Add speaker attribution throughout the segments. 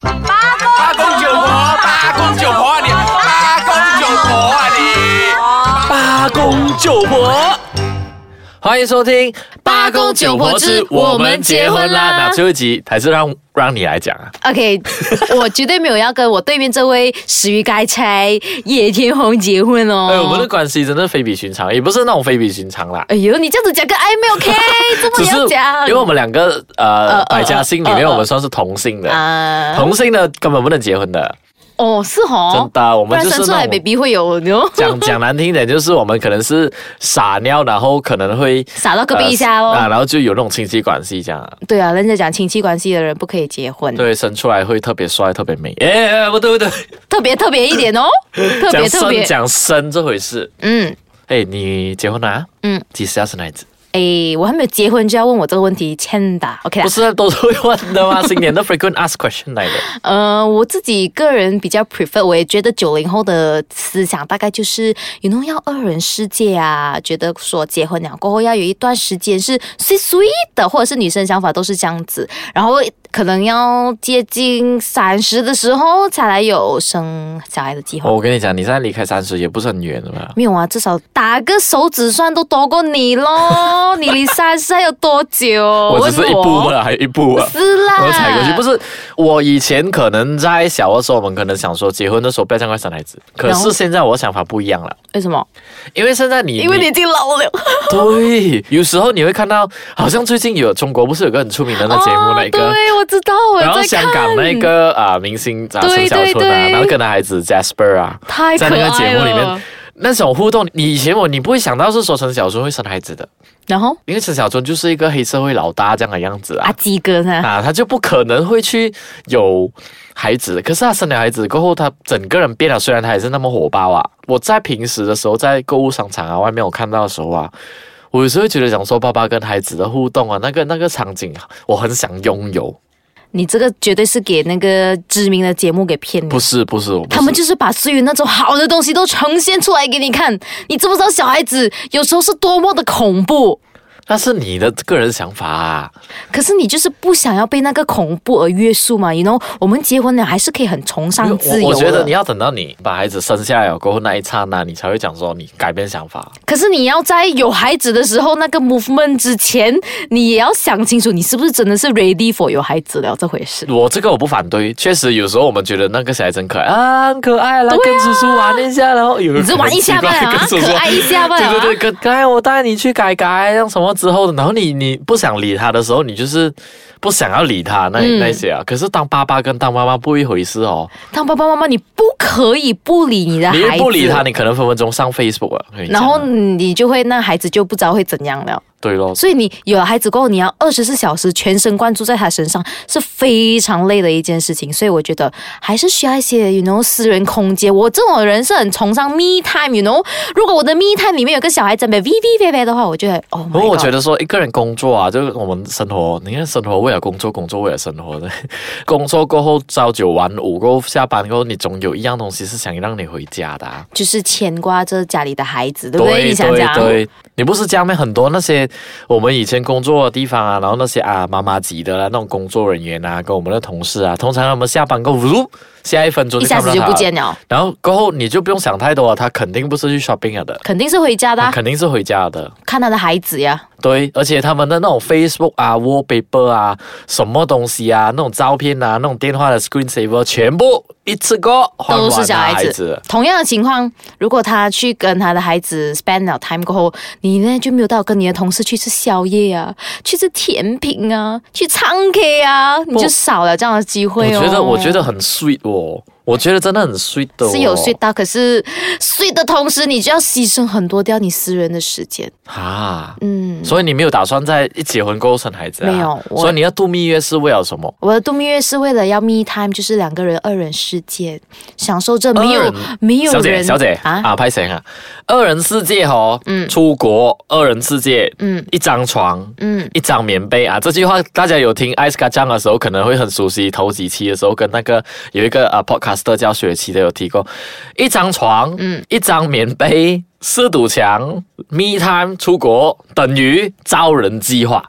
Speaker 1: 啊啊
Speaker 2: 九婆。欢迎收听《
Speaker 1: 八公九婆之我们结婚啦
Speaker 2: 那最后一集还是让让你来讲啊。
Speaker 1: OK，我 绝对没有要跟我对面这位死于该拆野天红结婚哦。
Speaker 2: 哎，我们的关系真的非比寻常，也不是那种非比寻常啦。
Speaker 1: 哎呦，你这样子讲跟暧 昧 OK，这么
Speaker 2: 只
Speaker 1: 你
Speaker 2: 是
Speaker 1: 要讲，
Speaker 2: 因为我们两个呃
Speaker 1: 哦呃
Speaker 2: 百家姓里面，
Speaker 1: 呃
Speaker 2: 我们算是同姓的，
Speaker 1: 啊，
Speaker 2: 同姓的根本不能结婚的，
Speaker 1: 哦是
Speaker 2: 真
Speaker 1: 哦，
Speaker 2: 的。我
Speaker 1: 不
Speaker 2: 们
Speaker 1: 然
Speaker 2: 就是
Speaker 1: 生出
Speaker 2: 那
Speaker 1: 来
Speaker 2: 种
Speaker 1: baby 会 有哟，
Speaker 2: 讲讲难听一点，就是我们可能是撒尿，然后可能会
Speaker 1: 撒到隔壁一下
Speaker 2: 呃啊，
Speaker 1: 哦。
Speaker 2: 然后就有那种亲戚关系这样。
Speaker 1: 对啊，人家讲亲戚关系的人不可以结婚，
Speaker 2: 对，生出来会特别帅，特别美。哎，哎不对不对，
Speaker 1: 特别特别一点 哦，特
Speaker 2: 讲
Speaker 1: 别特
Speaker 2: 生
Speaker 1: 别，
Speaker 2: 讲生这回事。
Speaker 1: 嗯。
Speaker 2: 哎，你结婚了、啊？
Speaker 1: 嗯，
Speaker 2: 几时要生孩子？
Speaker 1: 哎，我还没有结婚就要问我这个问题，欠打 OK 啦
Speaker 2: 不。是啊都是会问的 吗？新年的 frequent ask question 来的。
Speaker 1: 呃，我自己个人比较 prefer，我也觉得九零后的思想大概就是，you know，要二人世界啊，觉得说结婚了过后要有一段时间是 sweet sweet 的，或者是女生想法都是这样子，然后可能要接近三十的时候才来有生小孩的计划。
Speaker 2: 我跟你讲，你现在离开三十也不是很远的嘛。
Speaker 1: 没有啊，至少打个手指算都多过你咯。你离三十还有多久？
Speaker 2: 我只是一步
Speaker 1: 问
Speaker 2: 了，还有一步啊
Speaker 1: 我。是啦，
Speaker 2: 我踩过去，不是我以前可能在小的时候，我们可能想说结婚的时候不要这样快生孩子，可
Speaker 1: 然后
Speaker 2: 是现在我想法不一样了，
Speaker 1: 为什么？
Speaker 2: 因为现在你
Speaker 1: 因为你已经老了。
Speaker 2: 对，有时候你会看到，好像最近有中国不是有个很出名的那节目、那
Speaker 1: 哦、
Speaker 2: 个。
Speaker 1: 对，我知道，我有
Speaker 2: 然后
Speaker 1: 在
Speaker 2: 香
Speaker 1: 看
Speaker 2: 港那个啊、明星啊陈
Speaker 1: 对
Speaker 2: 小春
Speaker 1: 对
Speaker 2: 啊，
Speaker 1: 对
Speaker 2: 然后跟他孩子 Jasper 啊，
Speaker 1: 太可
Speaker 2: 在
Speaker 1: 爱
Speaker 2: 那
Speaker 1: 了
Speaker 2: 个节目里面，那种互动，你以前我你不会想到是说陈小春会生孩子的，
Speaker 1: 然后
Speaker 2: 因为陈小春就是一个黑社会老大这样的样子啊
Speaker 1: 阿，基哥 呢？
Speaker 2: 啊，他就不可能会去有孩子。可是他生了孩子过后，他整个人变了。虽然他还是那么火爆啊，我在平时的时候，在购物商场啊外面我看到的时候啊，我有时候会觉得想说，爸爸跟孩子的互动啊，那个那个场景，啊我很想拥有。
Speaker 1: 你这个绝对是给那个知名的节目给骗
Speaker 2: 不
Speaker 1: 了。
Speaker 2: 是不是，我不是
Speaker 1: 他们就是把所有那种好的东西都呈现出来给你看，你知不知道小孩子有时候是多么的恐怖？
Speaker 2: 那是你的个人想法啊。
Speaker 1: 可是你就是不想要被那个恐怖而约束嘛？你 you know，我们结婚了还是可以很崇尚自
Speaker 2: 我
Speaker 1: 由
Speaker 2: 我觉得你
Speaker 1: 的。
Speaker 2: 要等到你把孩子生下来了过后那一刹那，你才会讲说你改变想法。
Speaker 1: 可是你要在有孩子的时候，那个 movement 之前，你也要想清楚，你是不是真的是 ready for 有孩子了这回事。
Speaker 2: 我这个我不反对，确实有时候我们觉得那个小孩真可爱啊，很可爱啦，跟叔叔玩一下，然后有
Speaker 1: 你就玩一下吧，
Speaker 2: 很奇怪 跟，
Speaker 1: 啊
Speaker 2: 叔叔
Speaker 1: 可爱一下吧。
Speaker 2: 对对对，
Speaker 1: 啊，
Speaker 2: 跟刚才我带你去改改，让什么之后，然后你你不想理他的时候，你就是不想要理他那、
Speaker 1: 嗯
Speaker 2: 那些啊。可是当爸爸跟当妈妈不一回事哦，
Speaker 1: 当爸爸妈妈，你不可以不理你的
Speaker 2: 你
Speaker 1: 孩
Speaker 2: 一
Speaker 1: 子，
Speaker 2: 不理他，你可能分分钟上 Facebook 啊。我跟你讲
Speaker 1: 然后你就会那孩子就不知道会怎样了。
Speaker 2: 对咯，
Speaker 1: 所以你有了孩子过后，你要二十四小时全神贯注在他身上，是非常累的一件事情。所以我觉得还是需要一些，you know，私人空间。我这种人是很崇尚 me time，you know。如果我的 me time 里面有个小孩在那边 v v v v 的话，我就会哦，
Speaker 2: 不过我觉
Speaker 1: 得
Speaker 2: 得说一个人工作啊，就是我们生活，你看生活为了工作，工作为了生活的， 工作过后朝九晚五，过后下班过后，你总有一样东西是想让你回家的、啊。
Speaker 1: 就是牵挂着家里的孩子，对不对？你想啊
Speaker 2: 对
Speaker 1: 想，
Speaker 2: 对，你不是家面很多那些我们以前工作的地方啊，然后那些啊妈妈级的啦、那种工作人员啊，跟我们的同事啊，通常他们下班过后，呜下一分钟
Speaker 1: 一
Speaker 2: 就
Speaker 1: 下
Speaker 2: 看
Speaker 1: 子
Speaker 2: 到
Speaker 1: 就
Speaker 2: 他
Speaker 1: 不
Speaker 2: 了，
Speaker 1: 见了，
Speaker 2: 然后过后你就不用想太多了，啊他肯定不是去 shopping 了的，
Speaker 1: 肯定是回家的啊、
Speaker 2: 他肯定是回家的。
Speaker 1: 看他的孩子呀。
Speaker 2: 对，而且他们的那种 Facebook 啊、wallpaper 啊、什么东西啊、那种照片啊、那种电话的 screensaver，全部一次过还完
Speaker 1: 都
Speaker 2: 了
Speaker 1: 是小孩
Speaker 2: 子
Speaker 1: 子。同样的情况，如果他去跟他的孩子 spend 了 time 过后，你呢就没有到跟你的同事去吃宵夜啊，去吃甜品啊，去唱 K 啊，你就少了这样的机
Speaker 2: 我
Speaker 1: 会哦。
Speaker 2: 觉得，我觉得很 sweet 哦，我觉得真的很 sweet 的、哦。
Speaker 1: 是有睡到，可是睡的同时，你就要牺牲很多掉你私人的时间。
Speaker 2: 啊。
Speaker 1: 嗯，
Speaker 2: 所以你没有打算在一结婚过后生孩子啊？
Speaker 1: 没有我
Speaker 2: 所以你要度蜜月是为了什么？
Speaker 1: 我的度蜜月是为了要 me time，就是两个人二人世界，享受这没有
Speaker 2: 二人
Speaker 1: 没有
Speaker 2: 嗯小姐，
Speaker 1: 人
Speaker 2: 小姐
Speaker 1: 啊
Speaker 2: 啊，拍谁啊？二人世界哦，
Speaker 1: 嗯
Speaker 2: 出国二人世界，
Speaker 1: 嗯
Speaker 2: 一张床，
Speaker 1: 嗯，
Speaker 2: 一张棉被啊，这句话大家有听艾斯卡酱的时候可能会很熟悉，头几期的时候跟那个有一个啊 podcaster 叫雪琪的有提过，一张床，嗯，一张棉被，四堵墙，me time 出国等于招人计划，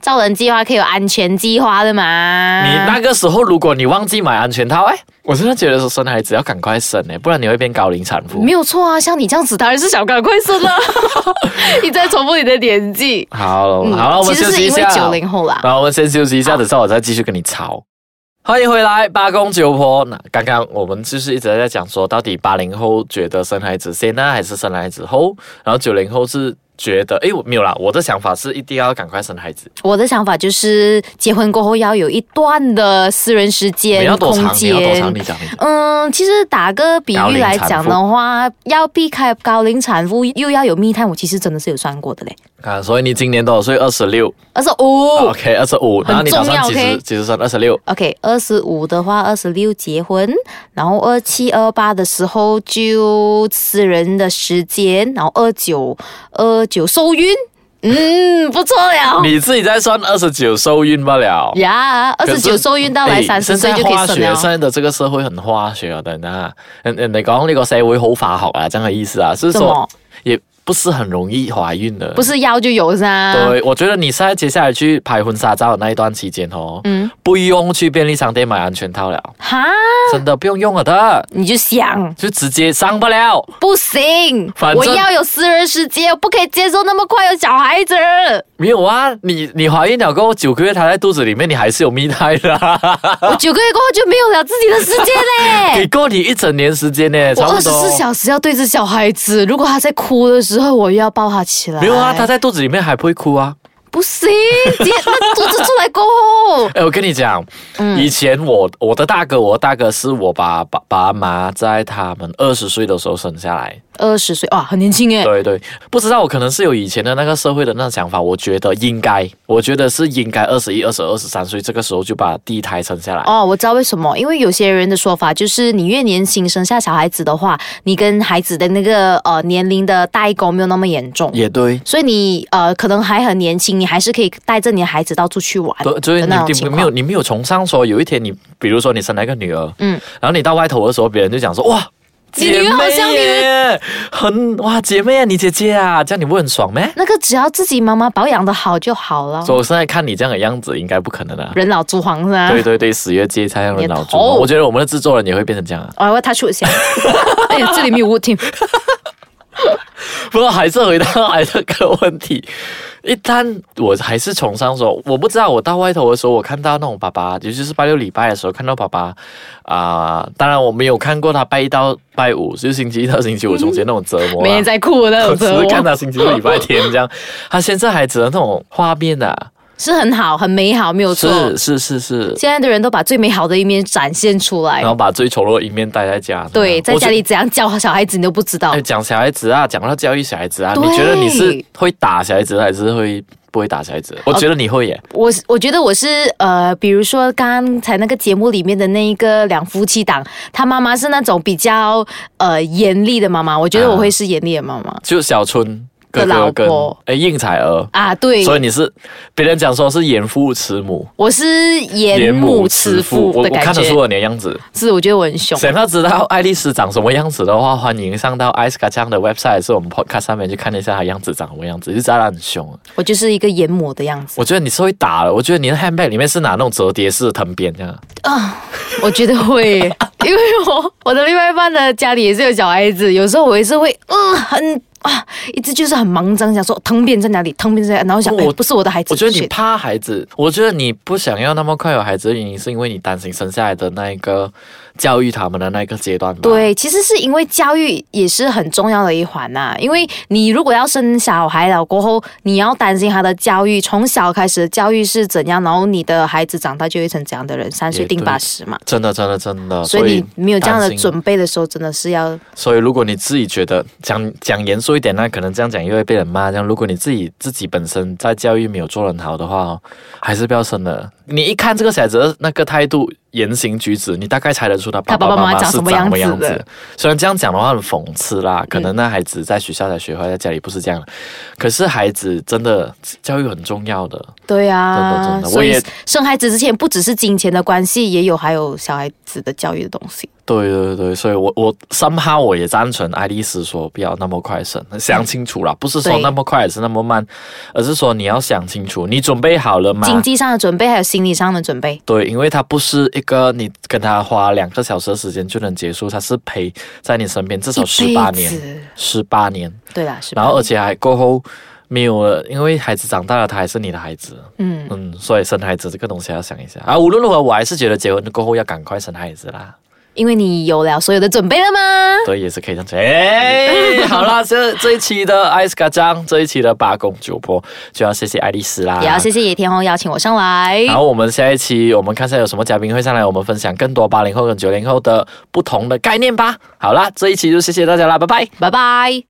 Speaker 1: 造人计划可以有安全计划的嘛？
Speaker 2: 你那个时候如果你忘记买安全套，哎，我真的觉得说生孩子要赶快生哎，不然你会变高龄产妇
Speaker 1: 没。有错啊，像你这样子当然是想赶快生 了，你在重复你的年纪。
Speaker 2: 好了，好了，我们
Speaker 1: 嗯其实
Speaker 2: 休
Speaker 1: 是
Speaker 2: 息一
Speaker 1: 因为
Speaker 2: 下。
Speaker 1: 九零后啦，
Speaker 2: 然后我们先休息一下，等下我再继续跟你吵。欢迎回来，八公九婆。那刚刚我们就是一直在讲说，到底八零后觉得生孩子先呢，还是生孩子后？然后九零后是觉得，诶，我没有啦，我的想法是一定要赶快生孩子，
Speaker 1: 我的想法就是结婚过后要有一段的私人时
Speaker 2: 你
Speaker 1: 间
Speaker 2: 要、多
Speaker 1: 空
Speaker 2: 长？你要多长？
Speaker 1: 间
Speaker 2: 你。讲你讲。
Speaker 1: 嗯，其实打个比喻来讲的话，要避开高龄产妇，又要有密探，我其实真的是有算过的嘞。
Speaker 2: 啊，所以你今年多少岁？二十六
Speaker 1: 二十五
Speaker 2: ，OK，二十五。然后你打算
Speaker 1: 哦重
Speaker 2: 几
Speaker 1: 要
Speaker 2: 时
Speaker 1: ，OK
Speaker 2: 几时生？二十六。
Speaker 1: ，OK，二十五的话，二十六结婚，然后二七二八的时候就私人的时间，然后二九二九受孕，嗯，不错了。
Speaker 2: 你自己再算二十九受孕不了。
Speaker 1: 呀，二
Speaker 2: 可是
Speaker 1: 十九受孕到来
Speaker 2: 哎
Speaker 1: 三十岁就
Speaker 2: 現
Speaker 1: 可
Speaker 2: 在
Speaker 1: 以
Speaker 2: 化
Speaker 1: 生
Speaker 2: 學現
Speaker 1: 了。
Speaker 2: 在的這個社會很啊化學的呢，人人哋講呢個社會好化學啊，這樣的意思啊，是
Speaker 1: 怎么
Speaker 2: 說？也不是很容易懷孕的。
Speaker 1: 不是要就有是啊？
Speaker 2: 對，我覺得你現在接下來去拍婚紗照的那一段期間哦，
Speaker 1: 嗯，啊
Speaker 2: 不用去便利商店買安全套了，
Speaker 1: 哈，
Speaker 2: 真的不用用了的，
Speaker 1: 你就想
Speaker 2: 就直接上不了。
Speaker 1: 不行
Speaker 2: 反，正
Speaker 1: 我要有私人世界，我不可以接受那么快有小 孩子。
Speaker 2: 没有啊，你你懷孕了過後九個月，她在肚子裡面，你還是有蜜胎的啊。
Speaker 1: 我九个月过后就没有了自己的世界
Speaker 2: 给
Speaker 1: 嘞。
Speaker 2: 够你一整年时间呢，
Speaker 1: 哎我
Speaker 2: 差
Speaker 1: 二
Speaker 2: 不
Speaker 1: 十
Speaker 2: 多。
Speaker 1: 四小时要对着小孩子，如果他在哭的时候，我又要抱他起来。
Speaker 2: 没有啊，她在肚子裡面還不會哭啊。
Speaker 1: 不行，姐，那肚子出来过后，
Speaker 2: 哎，我跟你讲，
Speaker 1: 嗯
Speaker 2: 以前我我的大哥，我的大哥是我爸爸爸妈在他们二十岁的时候生下来。
Speaker 1: 二十岁哇，很年轻哎。
Speaker 2: 对对，不知道我可能是有以前的那个社会的那种想法，我觉得应该，我觉得是应该二十一、二十二、十三岁这个时候就把第一胎生下来。
Speaker 1: 哦，我知道为什么，因为有些人的说法就是，你越年轻生下小孩子的话，你跟孩子的那个呃年龄的代沟没有那么严重，
Speaker 2: 也对。
Speaker 1: 所以你呃可能还很年轻，你还是可以带着你的孩子到处去玩。
Speaker 2: 对，所以你
Speaker 1: 那种
Speaker 2: 你
Speaker 1: 哦
Speaker 2: 没
Speaker 1: 情况
Speaker 2: 有你没有崇尚说有一天你，比如说你生了一个女儿，
Speaker 1: 嗯，
Speaker 2: 然后你到外头的时候，别人就讲说哇，
Speaker 1: 你女
Speaker 2: 姐
Speaker 1: 儿好
Speaker 2: 妹
Speaker 1: 像你
Speaker 2: 耶，很哇姐妹啊，你姐姐啊，这样你不会很爽咩？
Speaker 1: 那个只要自己妈妈保养的好就好了。
Speaker 2: 所以我现在看你这样的样子，应该不可能啊。
Speaker 1: 人老珠黄是 吧？
Speaker 2: 对对对，十月芥菜让人老猪
Speaker 1: 你的
Speaker 2: 嘛。
Speaker 1: 头
Speaker 2: 我觉得我们的制作人也会变成这样啊。
Speaker 1: 哦，我要 touch 一下。 哎呀，这里没有 wood team。
Speaker 2: 不过还是回到来这个问题，一旦我还是崇尚说，我不知道我到外头的时候，我看到那种爸爸，尤其是拜六礼拜的时候，看到爸爸啊、当然我没有看过他拜一到拜五，就是星期一到星期五中间那种折 磨、啊。
Speaker 1: 每天在哭的那
Speaker 2: 我
Speaker 1: 种
Speaker 2: 只
Speaker 1: 折
Speaker 2: 是看
Speaker 1: 磨，
Speaker 2: 他星期六、礼拜天这样，他现在还只能那种画面啊，
Speaker 1: 是很好，很美好，没有错。
Speaker 2: 是是是是，
Speaker 1: 现在的人都把最美好的一面展现出来
Speaker 2: 然，后把最丑陋的一面带在家。
Speaker 1: 对，在
Speaker 2: 我觉
Speaker 1: 家里怎样教小孩子你都不知道
Speaker 2: 哎，。讲小孩子啊，讲到教育小孩子啊，
Speaker 1: 哦对
Speaker 2: 你觉得你是会打小孩子还是会不会打小孩子？
Speaker 1: 哦
Speaker 2: 我觉得你会耶，
Speaker 1: 我我觉得我是呃，比如说刚才那个节目里面的那一个两夫妻档，他妈妈是那种比较呃严厉的妈妈，我觉得我会是严厉的妈妈
Speaker 2: 就小春哥
Speaker 1: 的老
Speaker 2: 哥跟
Speaker 1: 婆
Speaker 2: 哎应采儿，
Speaker 1: 啊。对，
Speaker 2: 所以你是别人讲说是严父慈母，
Speaker 1: 我是严母慈
Speaker 2: 我
Speaker 1: 父
Speaker 2: 我
Speaker 1: 的感
Speaker 2: 看得出
Speaker 1: 觉，
Speaker 2: 了你的样子。
Speaker 1: 是我觉得我很凶。
Speaker 2: 想要知道爱丽丝长什么样子的话，欢迎上到艾斯卡酱的 website，还是我们 podcast 上面去看一下她样子长什么样子，就知道她很凶。啊
Speaker 1: 我就是一个严母的样子
Speaker 2: 我觉得你是会打的，我觉得你的 handbag 里面是拿那种折叠式的藤鞭这样。
Speaker 1: 啊，我觉得会， 因为我我的另外一半的家里也是有小孩子，有时候我也是会嗯很啊，一直就是很忙张，想说疼扁在哪里，疼扁在哪里，然后想、
Speaker 2: 我
Speaker 1: 哎、不是我的孩子，
Speaker 2: 我觉得你
Speaker 1: shit
Speaker 2: 怕孩子，我觉得你不想要那么快有孩子的原因，是因为你担心生下来的那一个教育他们的那一个阶段吧？，
Speaker 1: 对，其实是因为教育也是很重要的一环呐、因为你如果要生小孩了过后，你要担心他的教育，从小开始的教育是怎样，然后你的孩子长大就会成怎样的人，三岁
Speaker 2: 也对
Speaker 1: 定八十嘛。
Speaker 2: 真的，真的，真的。
Speaker 1: 所以你没有这样的
Speaker 2: 担心
Speaker 1: 准备的时候，真的是要
Speaker 2: 所以如果你自己觉得讲讲严肃一点，那可能这样讲又会被人骂。这样，如果你自己自己本身在教育没有做得很好的话哦，还是不要生了。你一看这个小孩子的哦那个态度、言行举止，你大概猜得出他爸
Speaker 1: 他爸爸妈妈
Speaker 2: 妈妈
Speaker 1: 长
Speaker 2: 是
Speaker 1: 什么
Speaker 2: 长什
Speaker 1: 样
Speaker 2: 么
Speaker 1: 子
Speaker 2: 样
Speaker 1: 的嗯
Speaker 2: 子。虽然这样讲的话很讽刺啦，可能那孩子在学校才学会，在家里不是这样的。可是孩子真的教育很重要的，
Speaker 1: 对
Speaker 2: 真的
Speaker 1: 啊
Speaker 2: 真。的
Speaker 1: 所
Speaker 2: 我
Speaker 1: 以
Speaker 2: 也
Speaker 1: 生孩子之前不只是金钱的关系，也有还有小孩子的教育的东西。
Speaker 2: 对对对，所以我我 somehow 我也赞成爱丽丝说不要那么快生，想清楚啦，不是说
Speaker 1: 对
Speaker 2: 那么快也是那么慢，而是说你要想清楚，你准备好了吗？
Speaker 1: 经济上的准备还有心理上的准备。
Speaker 2: 对，因为它不是一个你跟他花两个小时的时间就能结束，它是陪在你身边至少哦十八
Speaker 1: 一辈
Speaker 2: 年，
Speaker 1: 子，
Speaker 2: 十八年，
Speaker 1: 对啦，是吧？
Speaker 2: 然后而且还过后没有了，因为孩子长大了，他还是你的孩子，
Speaker 1: 嗯，
Speaker 2: 嗯，所以生孩子这个东西要想一下啊。无论如何，我还是觉得结婚过后要赶快生孩子啦。
Speaker 1: 因为你有了所有的准备了吗？
Speaker 2: 对，也是可以这样子。哎，好啦，这这一期的艾斯卡张，这一期的八公九婆，就要谢谢爱丽丝啦，
Speaker 1: 也要谢谢野天红邀请我上来。
Speaker 2: 然后我们下一期，我们看一下有什么嘉宾会上来，我们分享更多八零后跟九零后的不同的概念吧。好啦，这一期就谢谢大家啦，拜拜。
Speaker 1: 拜拜。